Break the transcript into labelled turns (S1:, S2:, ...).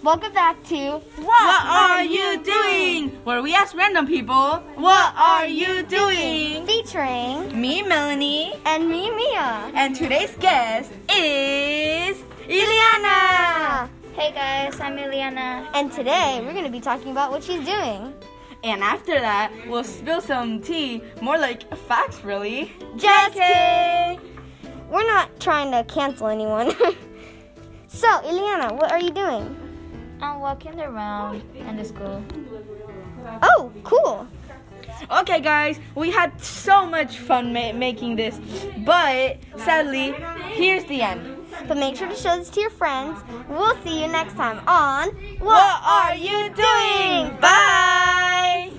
S1: Welcome back to
S2: What are you doing? Where we ask random people, What are you doing?
S1: featuring
S2: Me, Melanie,
S1: and me, Mia.
S2: and today's guest is Ileana.
S1: Hey guys, I'm Eliana. And today we're gonna be talking about what she's doing.
S2: And after that, we'll spill some tea, more like facts, really.
S1: Just
S2: kidding.
S1: We're not trying to cancel anyone. so, Eliana, what are you doing?
S3: I'm walking around in the school.
S1: Oh, cool.
S2: Okay, guys, we had so much fun ma- making this, but sadly, here's the end.
S1: But make sure to show this to your friends. We'll see you next time on
S2: What are you doing? Bye.